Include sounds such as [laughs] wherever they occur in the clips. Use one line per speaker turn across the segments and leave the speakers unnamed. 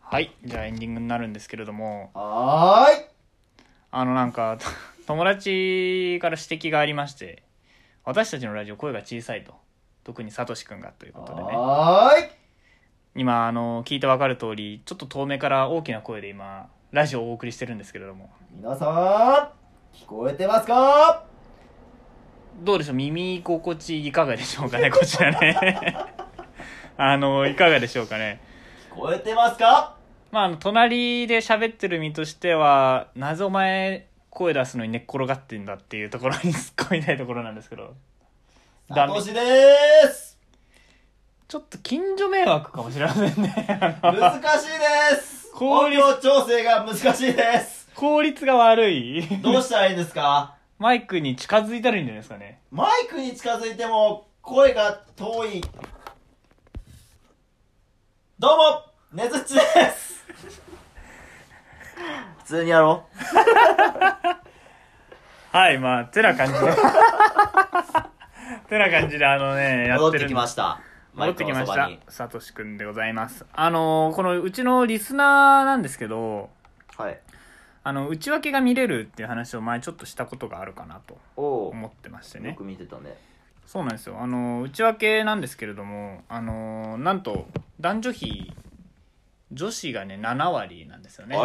はいじゃあエンディングになるんですけれども
はーい
あのなんか [laughs] 友達から指摘がありまして私たちのラジオ声が小さいと特にサトシくんがということでね
はーい
今あの聞いてわかる通りちょっと遠目から大きな声で今ラジオをお送りしてるんですけれども
皆さん聞こえてますか
どうでしょう耳心地いかがでしょうかねこちらねあのいかがでしょうかね
聞こえてますか
まあ、あの隣で喋ってる身としてはなぜお前声出すのに寝っ転がってんだっていうところに突っ込みたいところなんですけど
サ
ダメ
トシで
[laughs]
ーす
ちょっと近所迷惑かもしれませ
[laughs]
んねあの
難しいです
効
音
率
量調整が難しいで
[laughs]
す
効率が悪い
どうしたらいいんですか
マイクに近づいたらいいんじゃないですかね
マイクに近づいても声が遠いどうもねずっち
[laughs]
です普通にやろう
はいまあてな感じで [laughs] てな感じであのねや
戻
っ
ってて
る
きました
戻ってきまし
マ
た
イクの
さとしくんでございますあのこのうちのリスナーなんですけど
そばにはい
あの内訳が見れるっていう話を前ちょっとしたことがあるかなと
おお
思ってまして
よ
ね
く見てたね
そうなんですよあの内訳なんですけれどもあのなんと男女比女子がね7割なんですよね
ら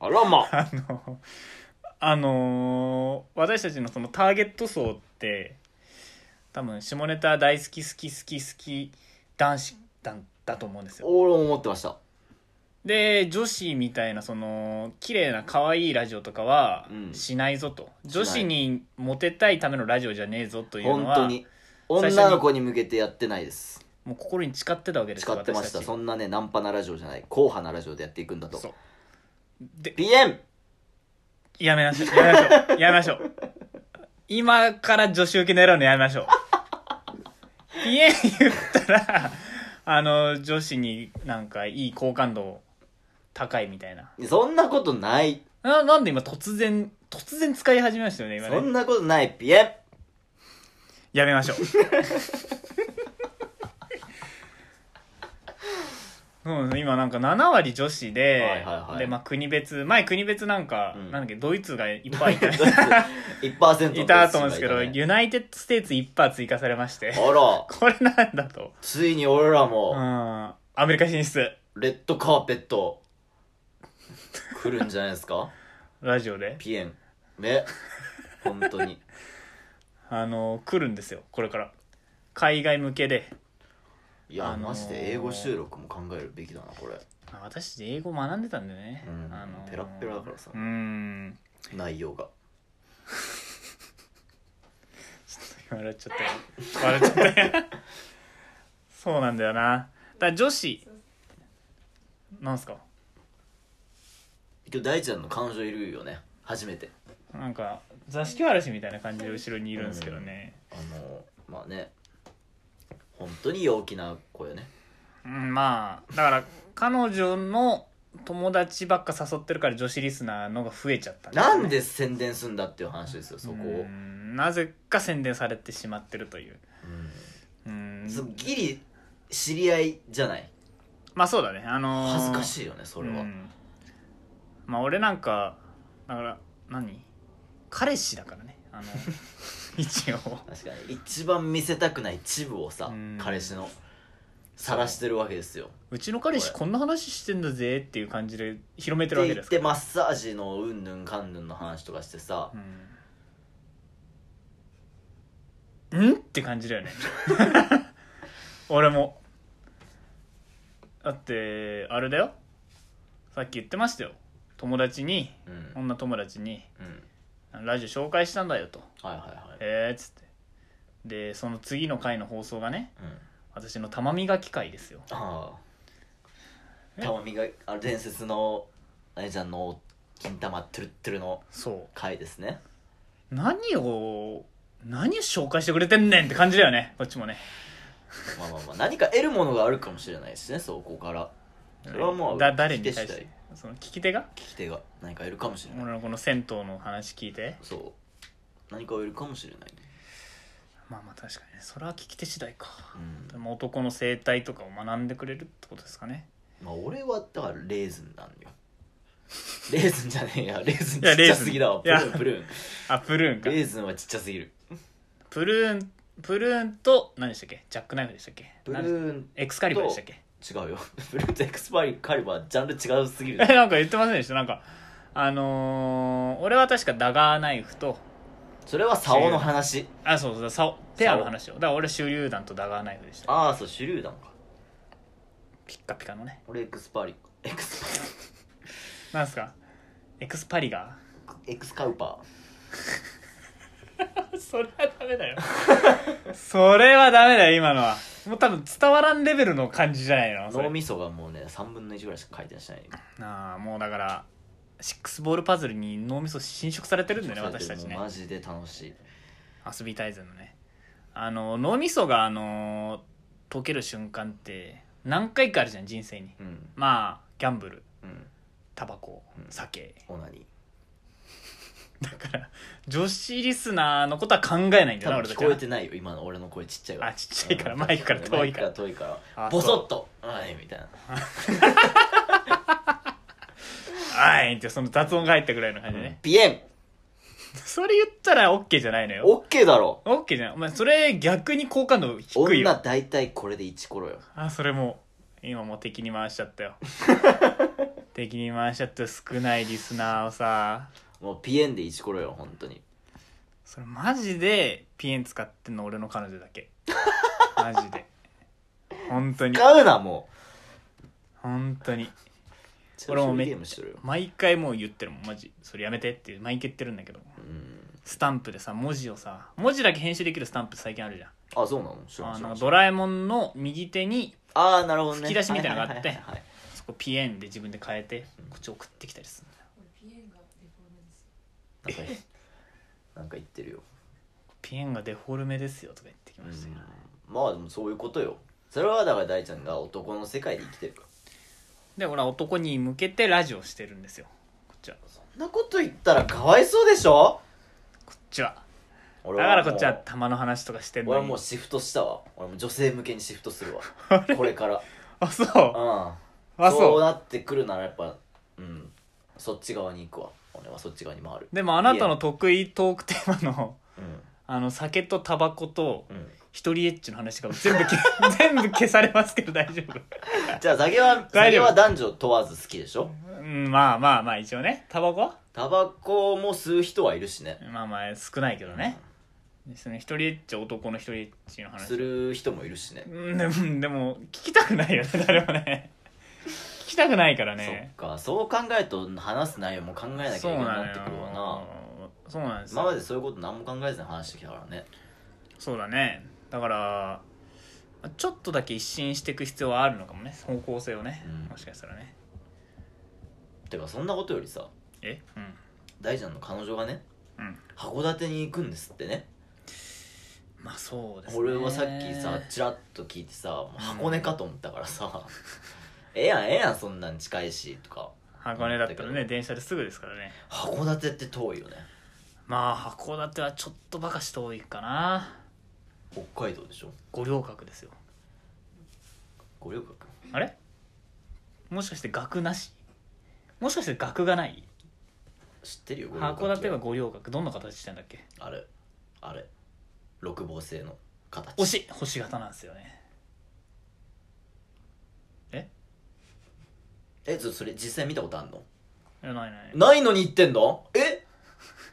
あらま
あのあの私たちのそのターゲット層って多分下ネタ大好き好き好き好き男子だだと思うんですよ
[laughs] 俺も思ってました
で女子みたいなその綺麗な可愛いラジオとかは
うん
しないぞと、
ない
女子にモテたいためのラジオじゃねえぞという
本
のは
当に女の子に向けてやってないです
もう心に誓ってたわけです
誓
よ
ってました
私ち
そんなねナンパなラジオじゃない硬派なラジオでやっていくんだと
そうで
PM
やめましょうやめましょうやめましょう今から女子受け狙うのやめましょう家言ったらあの女子になんかいい好感度高いみたいな
そんなことない
ななんで今突然突然使い始めましたよね今
そ
ね
んなことない PM
やめまし
[laughs]
ょうそうです今なんか7割女子で、
はいはいはい
で、まあ、国別前国別なんか、
うん
なんだっけドイツがいっぱいい
[laughs]
た
1%
いたと思うんですけど、
いたね
ユナイテッド・ステーツ1パー追加されまして、
あら
[laughs] これなんだと。
ついに俺ら
うん。
も
アメリカ進出、
レッドカーペット来るんじゃないですか
ラジオで。
PM ね本当に
あの、来るんですよ、これから。海外向けで。
いや、
あのー
マジで英語収録も考えるべきだなこれ
あ私たち英語学んでたんでね。
うん
あの
ペラッペラだからさ
うん。
内容が
笑っちゃったよ。笑っちゃったよ。そうなんだよな。だから女子、なんすか
今日大ちゃんの彼女いるよね初めて
なんか、座敷わらしみたいな感じで後ろにいるんですけどね。
あのまあね本当に陽気な子よね
うん、まあだから彼女の友達ばっか誘ってるから女子リスナーのが増えちゃっただよ
な
ね
んで宣伝すんだっていう話ですよそこを、
う
うん
んなぜか宣伝されてしまってるといううん
そうギリ知り合いじゃない
まあそうだねあのー
恥ずかしいよねそれは、
うんまあ俺なんかだから何彼氏だからねあの
[laughs]
一応
確かに一番見せたくないチブをさ、
うん
彼氏の晒してるわけですよ
うちの彼氏
これ
こんな話してんだぜっていう感じで広めて
っ
る
て
わけ
言
で
っ
すか
て
ら
マッサージのうんぬんかんぬんの話とかしてさ、
うん、んって感じだよね [laughs] 俺もだってあれだよさっき言ってましたよ友達に
うんうん
女友達にラジオ紹介したんだよと
はいはいはい、
えー、っつってでその次の回の放送がね
うん、
私の玉磨き会ですよ
ああ
え
玉磨きあの伝説のあやちゃんの金玉トゥルットゥルの
そ
回ですね
う何を何を紹介してくれてんねんって感じだよねこっちもね
まあまあ
[laughs]
まあ何か得るものがあるかもしれないしねそこからそれはもう
だ誰に対
聞き
し
手次
てその聞き手が
聞き手が何か得るかもしれない
俺のこの銭湯の話聞いて
そう何かを得るかもしれない、
まあまあ確かにねそれは聞き手次第か
うん
でも男の生態とかを学んでくれるってことですかね
まあ俺はだからレーズンなんよレーズンじゃねえやレーズン
い
ち
や
っちゃすぎだわプ
レ
ル
ーズン
ーンプルーン
あプルーンか
レーズンはちっちゃすぎる
プルーンプルーンと何でしたっけジャックナイフでしたっけ
プ
な
ル
ん
ーン
エクスカリバーでしたっけ
違うよプルーンとエクスパリカリバージャンル違うすぎる
えなんか言ってませんでしたなんかあのー、俺は確かダガーナイフと
それは竿の話
あそうそうさペアの話をだから俺手榴弾とダガーナイフでした
ああそう手榴弾か
ピッカピカのね
俺エクスパリエクス
なんすかエクスパリガ
パリエクスカウパ
ー [laughs] それはダメだよそれはダメだよ今のはもう多分伝わらんレベルの感じじゃないの
ー
それ
脳みそがもうね3分の1ぐらいしか回転してない
なあもうだからシックスボールパズルに脳みそ侵食されてるんだよね私たちね
マジで楽しい
遊び大全のねあの脳みそがあの溶ける瞬間って何回かあるじゃん人生に
うん
まあギャンブル
うん
タバコ
うん
酒
オナニー
だから女子リスナーのことは考えないんだ
多
よな俺
分
たち
聞こえ
は
てないよ今の俺の声ちっちゃいわ
あちっちゃいからマイクから遠いから
マイク遠いから
あ
ボソッと「はい」みたいな
「あい」ってその雑音が入ったぐらいの感じでね、
ピエン
それ言ったら OK じゃないのよ
オッケーだろ
OK じゃないお前それ逆に好感度低い
女
よ
大体これで一コロよ
あそれもう今もう敵に回しちゃった
[laughs]
よ敵に回しちゃった少ないリスナーをさ
もうピエンで一コロよ本当に
それマジでピエン使ってんの俺の彼女だけマジで本当に
買うなも
本当に
う
俺もめ
一緒にゲームしてるよ
毎回もう言ってるもんマジそれやめてって毎回言ってるんだけど
うん
スタンプでさ文字をさ文字だけ編集できるスタンプ最近あるじゃん
あそうなの知ら
あ
ん知ら
の
ん
ドラえもんの右手に
ああなるほどね
吹き出しみたいなのがあって
はいはいはいはい
そこピエンで自分で変えてこっち送ってきたりするんだよ
ピエンがデフォルメです
なんかなんか言ってるよ
ピエンがデフォルメですよとか言ってきましたよ、
まあでもそういうことよそれはだから大ちゃんが男の世界で生きてるから
で俺は男に向けてラジオしてるんですよこっちはこ
そんなこと言ったらかわいそうでしょ
っちはだ
俺
か
はも
ら
う
こっちは玉の話とかしてん
俺
の
は
に
もうシフトしたわ俺も女性向けにシフトするわ
あれ
これから
あそう
うん
あ
そう
そう
なってくるならやっぱうんそっち側に行くわ俺はそっち側に回る
でもあなたの得意トークテーマの
うん
あの酒とタバコと
うん、
一人エッチの話とか全部け [laughs] 全部消されますけど大丈夫
じゃあ酒は
大
酒
丈夫
は男女問わず好きでしょ
うんまあまあまあ一応ねタバコ
タバコも吸う人はいるしね
まあまあ少ないけどね、その一人エッチ男の一人エッチの話
する人もいるしね
うんでもでも聞きたくないよね [laughs] 誰もね聞きたくないから
そ
ね
っかそう考えると話す内容も考えなきゃいけなくなってくる
そ
わ
うの
な
よそうなんですよ
今までそういうこと何も考えずに話してきたからね
そうだねだからちょっとだけ一新していく必要はあるのかもね方向性をね、
うん
もしかしたらね
てかそんなことよりさ
え
大ちゃんの彼女がね
うんうん
函館に行くんですってね
まあそうですね
俺はさっきさちらっと聞いてさもう箱根かと思ったからさ「ええやんええやんそんなん近いし」とか
箱根だったら
だけ
ね電車ですぐですからね
「函館って遠いよね
まあ函館はちょっとばかし遠いかな
北海道でしょ
五稜郭ですよ
五稜郭
あれもしかして額なしもしかして額がない
知ってるよ五稜郭
函館は五稜郭どんな形してんだっけ
あれあれ六芒星の形
星星型なんですよねえ
えそそれ実際見たことあんの
いやないない
ないのに言ってんのえ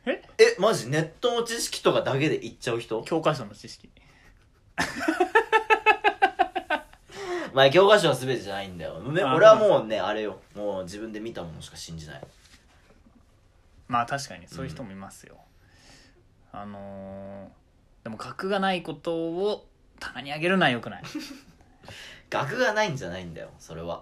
え
えマジネットの知識とかだけで言っちゃう人
教科書の知識
まあ教科書は全てじゃないんだよ、ね、
あ
俺はもうねあれよもう自分で見たものしか信じない
まあ確かにそういう人もいますよ、あのーでも格がないことを棚にあげるのはよくない
学がないんじゃないんだよそれは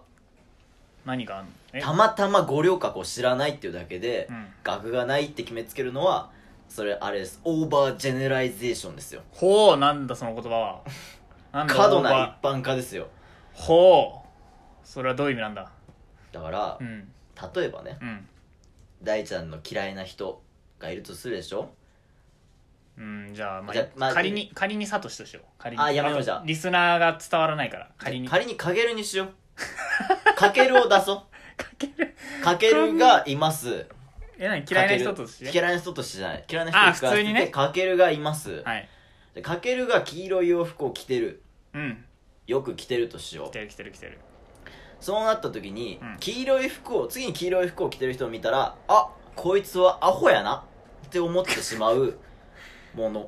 何があんのえ
たまたま五稜郭を知らないっていうだけで、
うん
学がないって決めつけるのはそれあれですオーバージェネライゼーションですよ
ほうなんだその言葉はなんだ
過度
オー
な
バ
一般化ですよ
ーほうそれはどういう意味なんだ
だから、
うん
例えばね
うん
大ちゃんの嫌いな人がいるとするでしょ
うん、じゃあ,、まあ
じゃあまあ
仮に仮にサトシとしよう仮に
あやめようじゃあ
リスナーが伝わらないから仮に
仮に仮にかげるにしようかけるを出そ
かける
うかけるがいます
[laughs] え何嫌いな人とし
かけ
て
る嫌いな人としてじゃない嫌いな
あー
人として
普通にね
かけるがいます、
はい
でかけるが黄色い洋服を着てる
うん
よく着てるとし
来
よう
てる来てる来てる
そうなった時に、
うん
黄色い服を次に黄色い服を着てる人を見たらあこいつはアホやなって思ってしま
[laughs]
うもの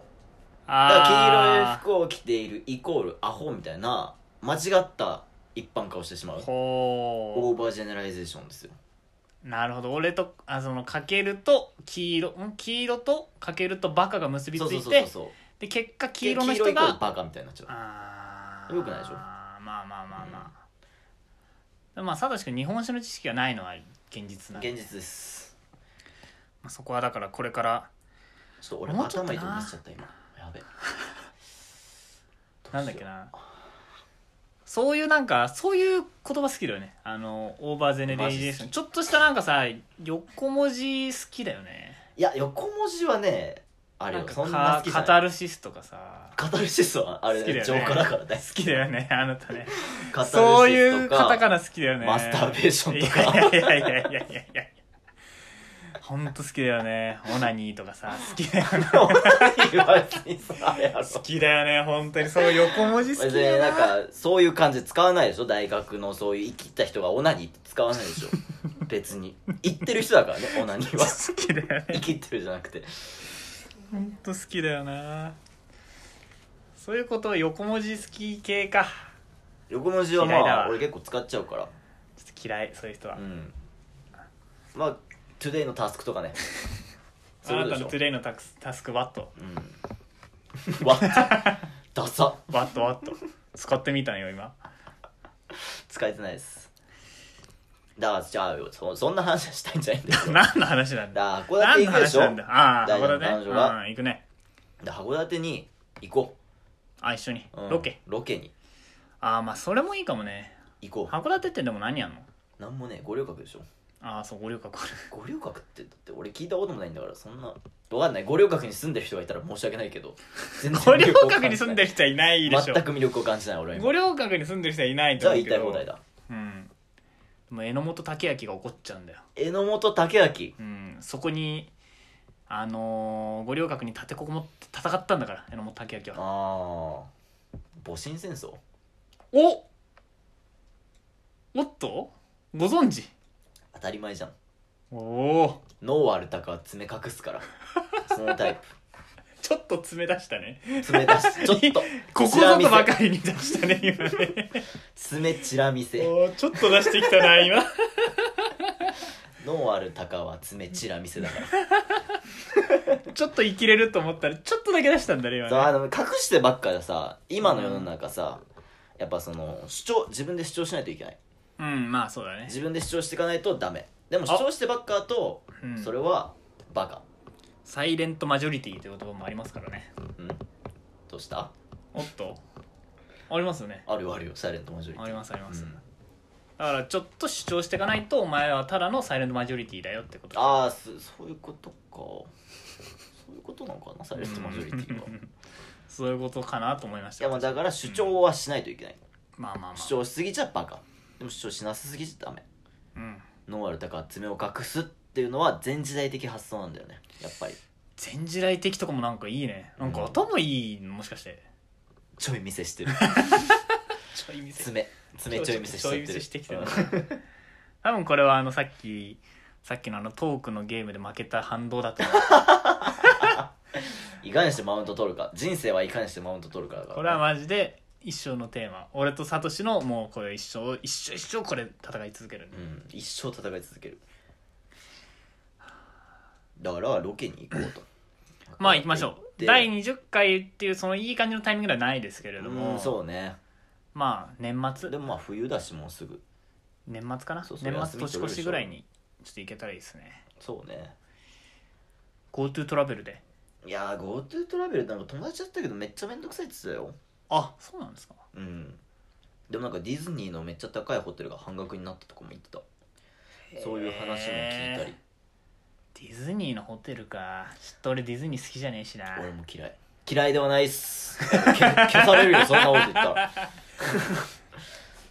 だから黄色い
ああ
服を着ているイコールアホみたいな間違った一般化をしてしまうオ
ほ
ーバージェネライゼーションですよ
うなるほど俺とあそのかけると黄色ん黄色とかけるとバカが結びつ
そうそう
い
そうそう
て
そう
で結果黄色の
黄
人
イコール
が
バカみたいになっちゃう
あ
よくないでしょ
あーまあまあまあまあ、でもまあサトシ君日本史の知識がないのは現実なんで
現実です
まあ、そこはだからこれから
ちょっと俺
もうちょっ
頭
と
痛
な
くなっちゃった今やべどうしよう
[laughs] なんだっけなそういうなんかそういう言葉好きだよねあのオーバーゼネレーシ
マジ
ョ
好
ン
き
ちょっとしたなんかさ横文字好きだよね
いや横文字はねあれ
なん
よ
か
そんな好
か
きじゃ
カ
な
タ
い
ルシスとかさ
カタルシスはあれ
好きだよね
浄化だから大好
好
き
きだよねあなたね
カタルシスと
[laughs]
か
そういうカタカナ好きだよね
マスターベーションとか
いやいやいやいやいやいやいやほんと好きだよねオナニーとかさ好きだよね
言わずにさあれやろ
好きだよね本当にそう横文字好き
別
だよ
に
な
なんかそういう感じで使わないでしょ大学のそういう生きった人がオナニーって使わない
[laughs]
でしょ別に言ってる人だからねオナニーは
好きだよね
生きってるじゃなくて
本当好きだよなそういうこと横文字好き系か
横文字はま
嫌いだわ
あ俺結構使っちゃうから
ちょっと嫌いそういう人は、
うんまあトゥデイのタスクと
[laughs]
かねそうい
あ
う
な
こ
た
とでし
の
ょ
トゥデイのタクスタスクワット
うん [laughs] わっダサ
ワットワット使ってみたのよ今 [laughs]
使えてないですだからじゃあそそんな話はしたいんじゃないん
[laughs]
だよ
何の話なんだ
だから函
何の
館行くで
話
しょ
なんだああ
大事な
函館
彼
ね
女が
うん行くね
で函館に行こ
あ一緒に、
う、うん
ロケ
ロケに
ああまあそれもいいかもね
行こう
函館ってでも何やんの
なんもね五稜郭でしょ
ああそう五稜郭ある
[laughs] 五稜郭ってだって俺聞いたこともないんだからそんなわかんない五稜郭に住んでる人がいたら申し訳ないけど全然
五稜郭に住んでる人はいないでしょ
全く魅力を感じない俺は今
五稜郭に住んでる人はいない
じ
と
ゃあ
思う
言い
け
た
ど
い放題だ
うんでも榎本武明が怒っちゃうんだよ
榎本武明
うん、そこにあのー、五稜郭に立てこもって戦ったんだから榎本武明は
ああ戊辰戦争
おおっとご存知
当たり前じゃん
おお
脳あるたかは爪隠
[laughs]
すからそのタイ
ちょっと詰め出したね
プ爪出しちょっと
ここ
ちら
ぞ
見
と
せ
ばかりに出したね今ね
[laughs] 爪チラ見せ
おーちょっと出してきたな今
脳あるたかは爪チラ見せだから
ちょっと生きれると思ったらちょっとだけ出したんだね
そう
今
あ
ね
の隠してばっかでさ今の世の中さ、やっぱその主張自分で主張しないといけない
うんまあそうだね、
自分で主張していかないとダメでも主張してばっかだと
うん、
それはバカ
サイレントマジョリティという言葉もありますからね
うんどうした
おっとありますよね
あるよあるよサイレントマジョリティ
ありますあります、
うん
だからちょっと主張していかないとお前はただのサイレントマジョリティだよってこと
ああそそういうことかそういうことなのかなサイレントマジョリティは
[laughs] そういうことかなと思いまし
い
た
やまあだから主張はしないといけない、
まあまあまあ
主張しすぎちゃバカでも主張しなさすぎちゃダメ
うん
ノーアルタカは爪を隠すっていうのは全時代的発想なんだよねやっぱり
全時代的とかもなんかいいねなんか頭いいのもしかして
ちょい見せしてる
ちょい見せ
爪爪ちょい見せしちゃってる
ちょい見せしてきてる多分これはあのさっきさっきのあのトークのゲームで負けた反動だと思う
いかにしてマウント取るか人生はいかにしてマウント取るかだから
これはマジで一生のテーマ俺とサトシのもうこれ一生一生一生これ戦い続ける
う、ん、一生戦い続けるだからロケに行こうと
まあ行きましょう
で
第20回っていうそのいい感じのタイミングではないですけれども、
うんそうね
まあ年末
でもまあ冬だしもうすぐ
年末かな
そうそ
年
う
末
休み取
年
れ
越
るでしょ
しぐらいにちょっと行けたらいいですね
そうね
GoTo トラベルで
いやー GoTo トラベルなんか友達だったけどめっちゃめんどくさいって言ってたよ
あそうなんですか
うんでもなんかディズニーのめっちゃ高いホテルが半額になったとかも言ってたそういう話も聞いたり
へーディズニーのホテルかちょっと俺ディズニー好きじゃねえしな
俺も嫌い嫌いではないっす消消されるよそんなこと言ったら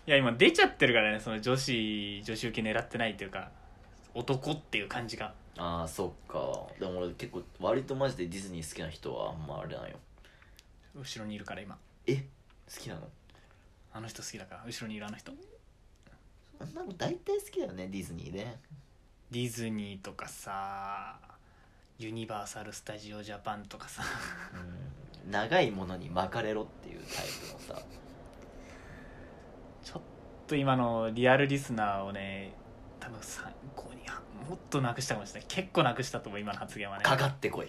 いや今出ちゃってるからねその女子女子受け狙ってないというか男っていう感じが
ああそっかでも俺結構割とマジでディズニー好きな人はあんまあれなんよ
後ろにいるから今
え好きなの
あの人好きだから後ろにいるあの人
あんなの大体好きだよねディズニーね
ディズニーとかさユニバーサル・スタジオ・ジャパンとかさ
うん長いものに巻かれろっていうタイプのさ
ちょっと今のリアルリスナーをね多分参考にはもっとなくしたかもしれない結構なくしたと思う今の発言はね
かかってこい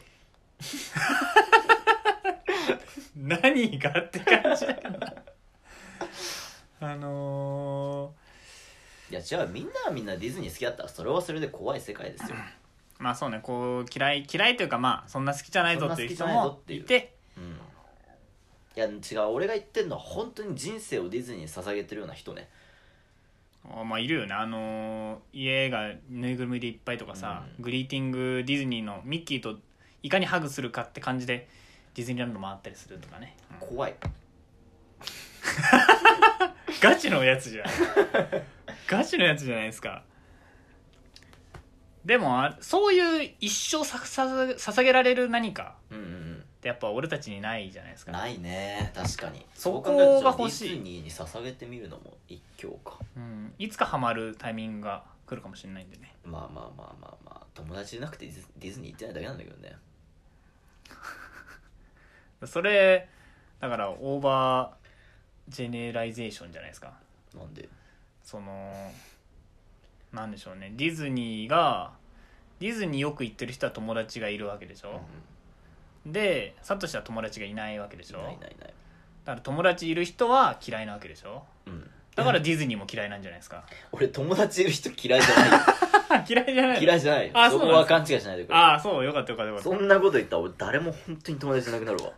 何がって感じだからなあの
いや違うみんなはみんなディズニー好きだったらそれはそれで怖い世界ですよ
ーまあそうねこう嫌い嫌いというかまあそんな好きじゃないぞっていう人
そんな好きじゃない
も
ぞってい
いうて
うんいや違う俺が言ってるのは本当に人生をディズニーに捧げてるような人ね
あまあいるよねあのー家がぬいぐるみでいっぱいとかさ、
うん
グリーティングディズニーのミッキーといかにハグするかって感じでディズニーランド回ったりするとかね、うん
怖い
ガチのやつじゃんガチのやつじゃないですかでもあそういう一生ささ捧げられる何か
うんうんうん
ってやっぱ俺たちにないじゃないですか、
ないね確かに
そこ
う考えると
が欲しい
ディズニーに捧げてみるのも一興か
うん、いつかハマるタイミングが来るかもしれないんでね
まあまあまあまあまあ友達じゃなくてディズディズニー行ってないだけなんだけどね
それだからオーバージェネライゼーションじゃないですか
なんで
そのなんでしょうねディズニーがディズニーよく行ってる人は友達がいるわけでし
うん
ょ、でサトシは友達がいないわけでしょ
ないないな
だ
い
から友達いる人は嫌いなわけでしょ
うん
だからディズニーも嫌いなんじゃないですか
俺友達いる人嫌いじゃな
嫌いじゃ [laughs] ないい
[laughs] 嫌いじゃない
あ
そ
そ
こ
うなん
は
です
勘違いしないでくれ
ああそうよかったよかったよか
そ
っ
んなこと言ったら俺誰も本当に友達じゃなくなるわ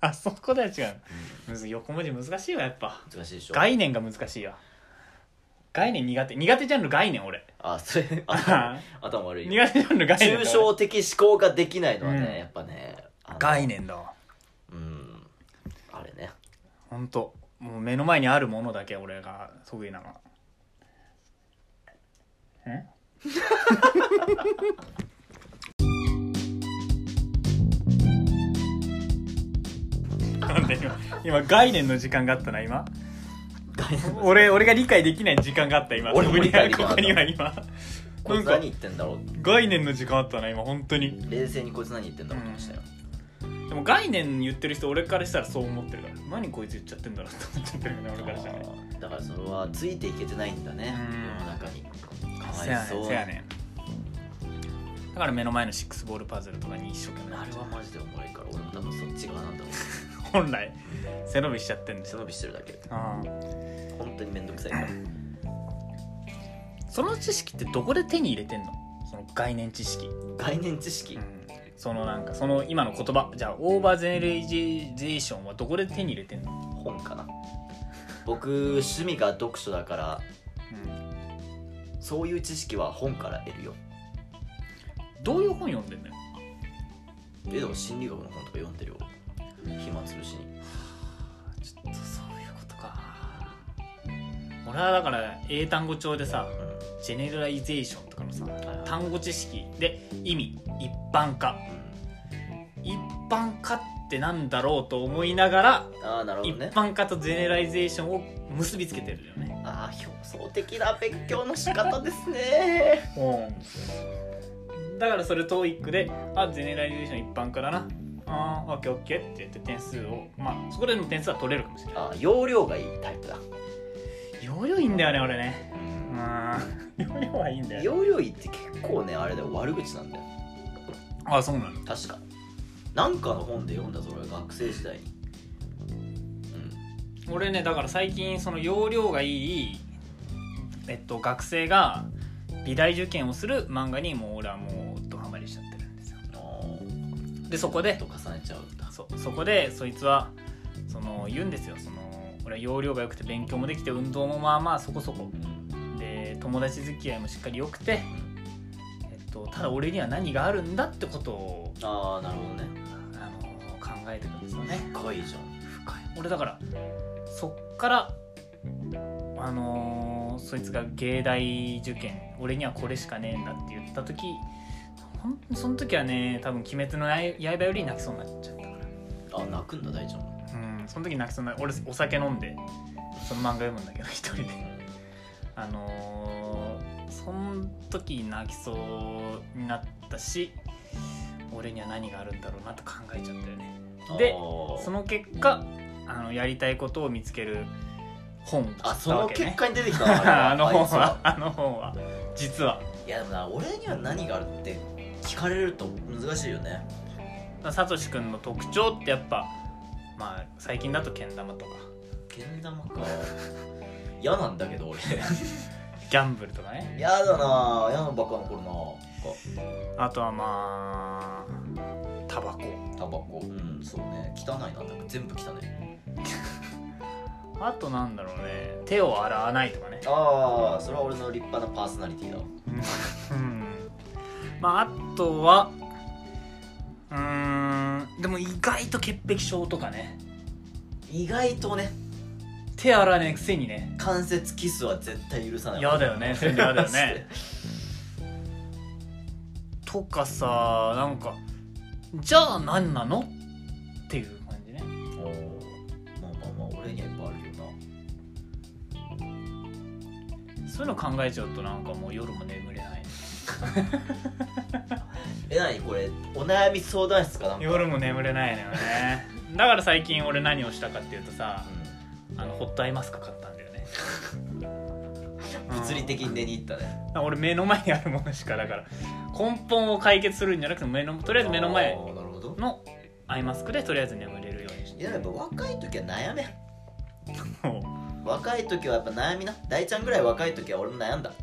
たあそこでは違うむず横文字難しいわやっぱ
難しいでしょ
概念が難しいわ概念苦手苦手ジャンル概念俺
あ
[laughs]
それ
あ
頭頭悪いよ
苦手ジャンル概念だ
抽象的思考ができないのはね、
うん
やっぱねあの
概念だわ
うんあれね
本当もう目の前にあるものだけ俺が得意なのんなんで今今概念の時間があったな今
概念
俺俺が理解できない時間があった今
俺も理解でき
こ
なかっ
こ
た
には今
[laughs] こいつ何言ってんだろう
概念の時間あったな今本当に
冷静にこいつ何言ってんだろうと思ってたよ、
でも概念言ってる人俺からしたらそう思ってるから何こいつ言っちゃってんだろうって思っちゃってるよね俺からしたらね
あーだからそれはついていけてないんだね
うん
世の中にか
せ
わ
や
い
ね
そ
ん
う
せやねんだから目の前のシックスボールパズルとかに一生懸命
あれはマジでおもろいから俺も多分そっち側なんだろう
本来背伸びしちゃってんです
背
よ
伸びしてるだ
[laughs]
け
うん
本当にめんどくさいから
その知識ってどこで手に入れてんのその概念知識、
概念知識、
そのなんかその今の言葉じゃあオーバーゼネレイゼーションはどこで手に入れてんの、
本か
[laughs]
な僕趣味が読書だからそういう知識は本から得るよ
どういう本読んでんのよ
えでも心理学の本とか読んでるよ暇つぶしに
ちょっとそういうことか俺はだから英単語帳でさ
う
ジェネライゼーションとかのさ
ん、はい
単語知識で意味一般化
うん
一般化ってなんだろうと思いながら、
ああなるほ
一
どね
般化とジェネライゼーションを結びつけてるよね
ああ表層的な勉強の仕方ですね
だからそれ TOEIC であジェネライゼーション一般化だなあーオッケーオッケーって言って点数をまあそこでの点数は取れるかもしれない
ああ容量がいいタイプだ、
容量いいんだよね俺ね
うん
うん容量はいいんだよね
容量いいって結構ねあれで悪口なんだよ
あそうなの
確かなんかの本で読んだぞ俺学生時代に
俺ねだから最近その容量がいい、えっと、学生が美大受験をする漫画にもう俺はもうドハマりしちゃってるんですよ
うんあ
でそこで
あと重ねちゃうんだ
そそこでそいつはその言うんですよその俺は容量が良くて勉強もできて運動もまあまあそこそこ
うん
で友達付き合いもしっかり良くて、えっと、ただ俺には何があるんだってことを
ああなるほどね
あの考えていくんですよね
かわいいじゃん
深い俺だからそっからあのーそいつが芸大受験俺にはこれしかねえんだって言った時ほんその時はね多分「鬼滅の刃」より泣きそうになっちゃったか
あ泣くんだ大ちゃんも
らうんその時泣きそうにな俺お酒飲んでその漫画読むんだけど [laughs] 一人であのーその時泣きそうになったし俺には何があるんだろうなと考えちゃったよねで
あー
その結果あのやりたいことを見つける本を買
あ
っ
そ
たわ
の
け
結
ね
果に出てきた
[laughs]
な [laughs]
あの本
いつ
はあの本は実はい
やでもな俺には何があるって聞かれると難しいよね
サトシ君の特徴ってやっぱまあ最近だとけん玉とか
けん玉 [laughs] か嫌なんだけ [laughs] ど俺
ギャンブルとかね
嫌だな嫌なばっか残るななん
あとはまあタバコ
かタバコうんそうね汚いななんか全部汚い
あとなんだろうね手を洗わないとかね
ああそれは俺の立派なパーソナリティだ
うんまああとはうーんでも意外と潔癖症とかね
意外とね
手洗わないくせにね
関節キスは絶対許さない
嫌だよねそういうの嫌だよ [laughs]
[laughs]
ね
マジ
とかさなんかじゃあ何なのっていう感じね
でおーまあまあまあ俺にはいっぱいあるよ
そういうの考えちゃうとなんかもう夜も眠れない
なえなにこれお悩み相談室かなんか
夜も眠れないのよね [laughs] だから最近俺何をしたかっていうとさ
う
あのホットアイマスク買ったんだよ [laughs] ね
ん物理的に出に行ったね
うん俺目の前にあるものしかだから根本を解決するんじゃなくて目のとりあえず目の前
あーなるほど
のアイマスクでとりあえず眠れるようにし
いややっぱ若い時は悩め
ても
若い時はやっぱ悩みな大ちゃんぐらい若い時は俺も悩んだ
う、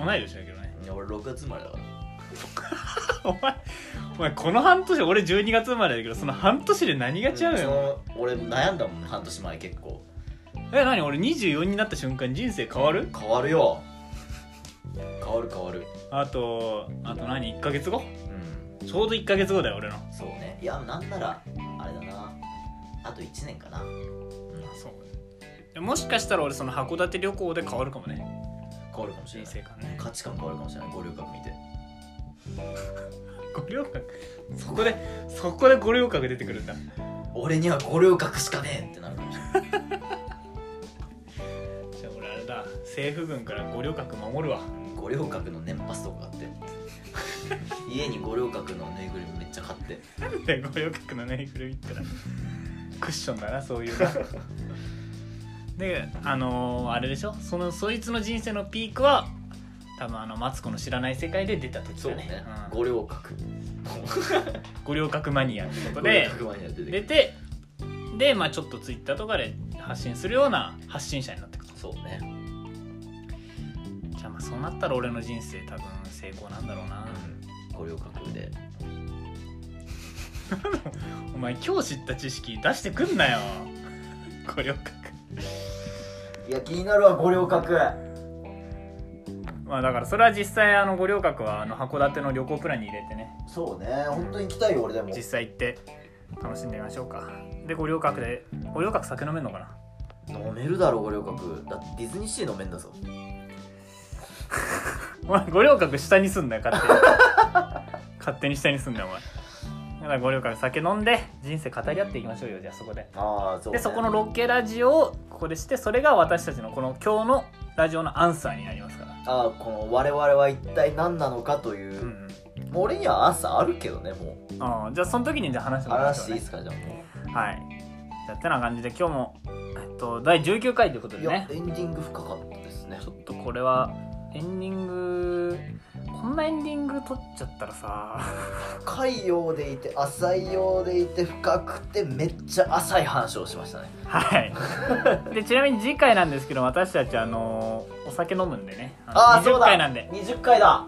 うん、同い年だけどね
いや俺6月生まれだから
お前お前この半年俺12月生まれだけどその半年で何が違う
そ
のよ、
の俺悩んだもんね半年前結構
え何俺24になった瞬間人生変わる
変わるよ変わる変わる
あとあと何1ヶ月後
うん
ちょうど1ヶ月後だよ俺の
そうねいやなんならあれだなあと1年かなうん
そうもしかしたら俺その函館旅行で変わるかもね
変わるかもしれ
人
な
生
い
観 [laughs] ね
価値観変わるかもしれない五稜郭見て
五稜郭そこでそこで五稜郭出てくるんだ
俺には五稜郭しかねえってなるかもしれない
じゃあ俺あれだ政府軍から五稜郭守るわ
五稜郭の年パスと
[laughs]
か買って家に五稜郭のぬいぐるみめっちゃ買って
なんで五稜郭のぬいぐるみったらクッションだなそう [laughs] いうなであのーあれでしょそのそいつの人生のピークは多分あのマツコの知らない世界で出た時だねうん
五稜郭
五稜郭マニアってこと
五稜
で
郭前にやって
出
て
てでまあちょっとツイッターとかで発信するような発信者になってくる
そうね
じゃあまあそうなったら俺の人生多分成功なんだろうな
五稜郭で
お前今日知った知識出してくんなよ五稜郭
いや気になるわ五稜郭
まあだからそれは実際あの五稜郭はあの函館の旅行プランに入れてね
そうね本当に行きたいよ俺でも
実際行って楽しんでみましょうかで五稜郭で五稜郭酒飲めんのかな
飲めるだろ五稜郭だってディズニーシー飲めんだぞ
お前五稜郭下にすんなよ勝手
[laughs]
に勝手に下にすんなよお前だから五稜郭酒飲んで人生語り合っていきましょうよじゃあそこで
ああそう、
でそこのロケラジオをここでしてそれが私たちのこの今日のラジオのアンサーになりますから
ああこの我々は一体何なのかという
う、ん
もう俺には朝あるけどねもう
うんああじゃあその時にじゃあ話してもらいま
話し
してょ
いういで
ね
すかじゃあも
はいじゃあてな感じで今日も、えっと、第19回ということ
うい
で
や、
ね
エンディング深かったですね
ちょっとこれはエンディングこんなエンディング撮っちゃったらさ [laughs]
深いようでいて浅いようでいて深くてめっちゃ浅い話をしましたね
はいでちなみに次回なんですけど私たちあのお酒飲むんでねあの
ああそうだ
回なんで
20回だ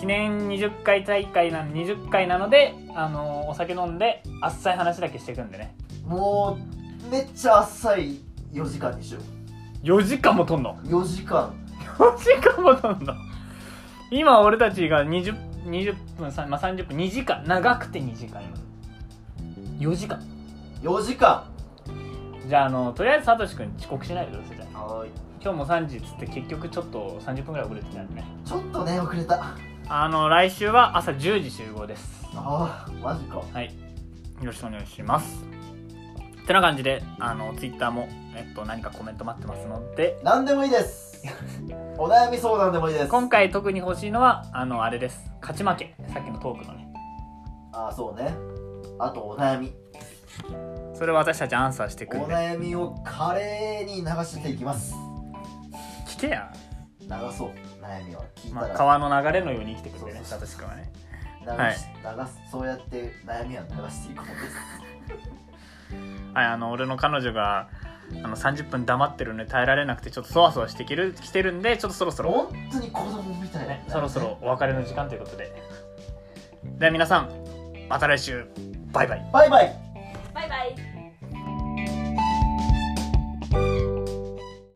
記念20回大会なの20回なのであのお酒飲んであっさい話だけしていくんでね
もうめっちゃ浅い4時間にしよ
4時間も撮んの
う4時間
4時間も撮んの今俺たちが 20, 20分、さまあ、30分2時間長くて2時間今4時間
4時間
じゃああのとりあえずサトシ君遅刻しないでくださいじゃあ
はーい
今日も3時っつって結局ちょっと30分ぐらい遅れてたんでね
ちょっとね遅れたあ
あの来週は朝10時集合です
あーマジか
はいよろしくお願いしますてな感じであのツイッターも、えっと、何かコメント待ってますので
何でもいいです
[laughs]
お悩み相談でもいいです
今回特に欲しいのはあのあれです勝ち負けさっきのトークのね
ああそうねあとお悩み
それを私たちアンサーしてく
お
んで
悩みを華麗に流していきます
聞けや、
流そう悩みは聞いた
まあ、
ら、
川の流れのように生きてくんでね
そうそ
サ
う
トシ君はね
流し、流すそうやって悩みは流していくもんです
はい、あの俺の彼女があの30分黙ってるので耐えられなくてちょっとそわそわしてきる来てるんでちょっとそろそろ、
本当に子供みたいな、
ね、そろそろお別れの時間ということででは皆さんまた来週バイバイ
バイバイ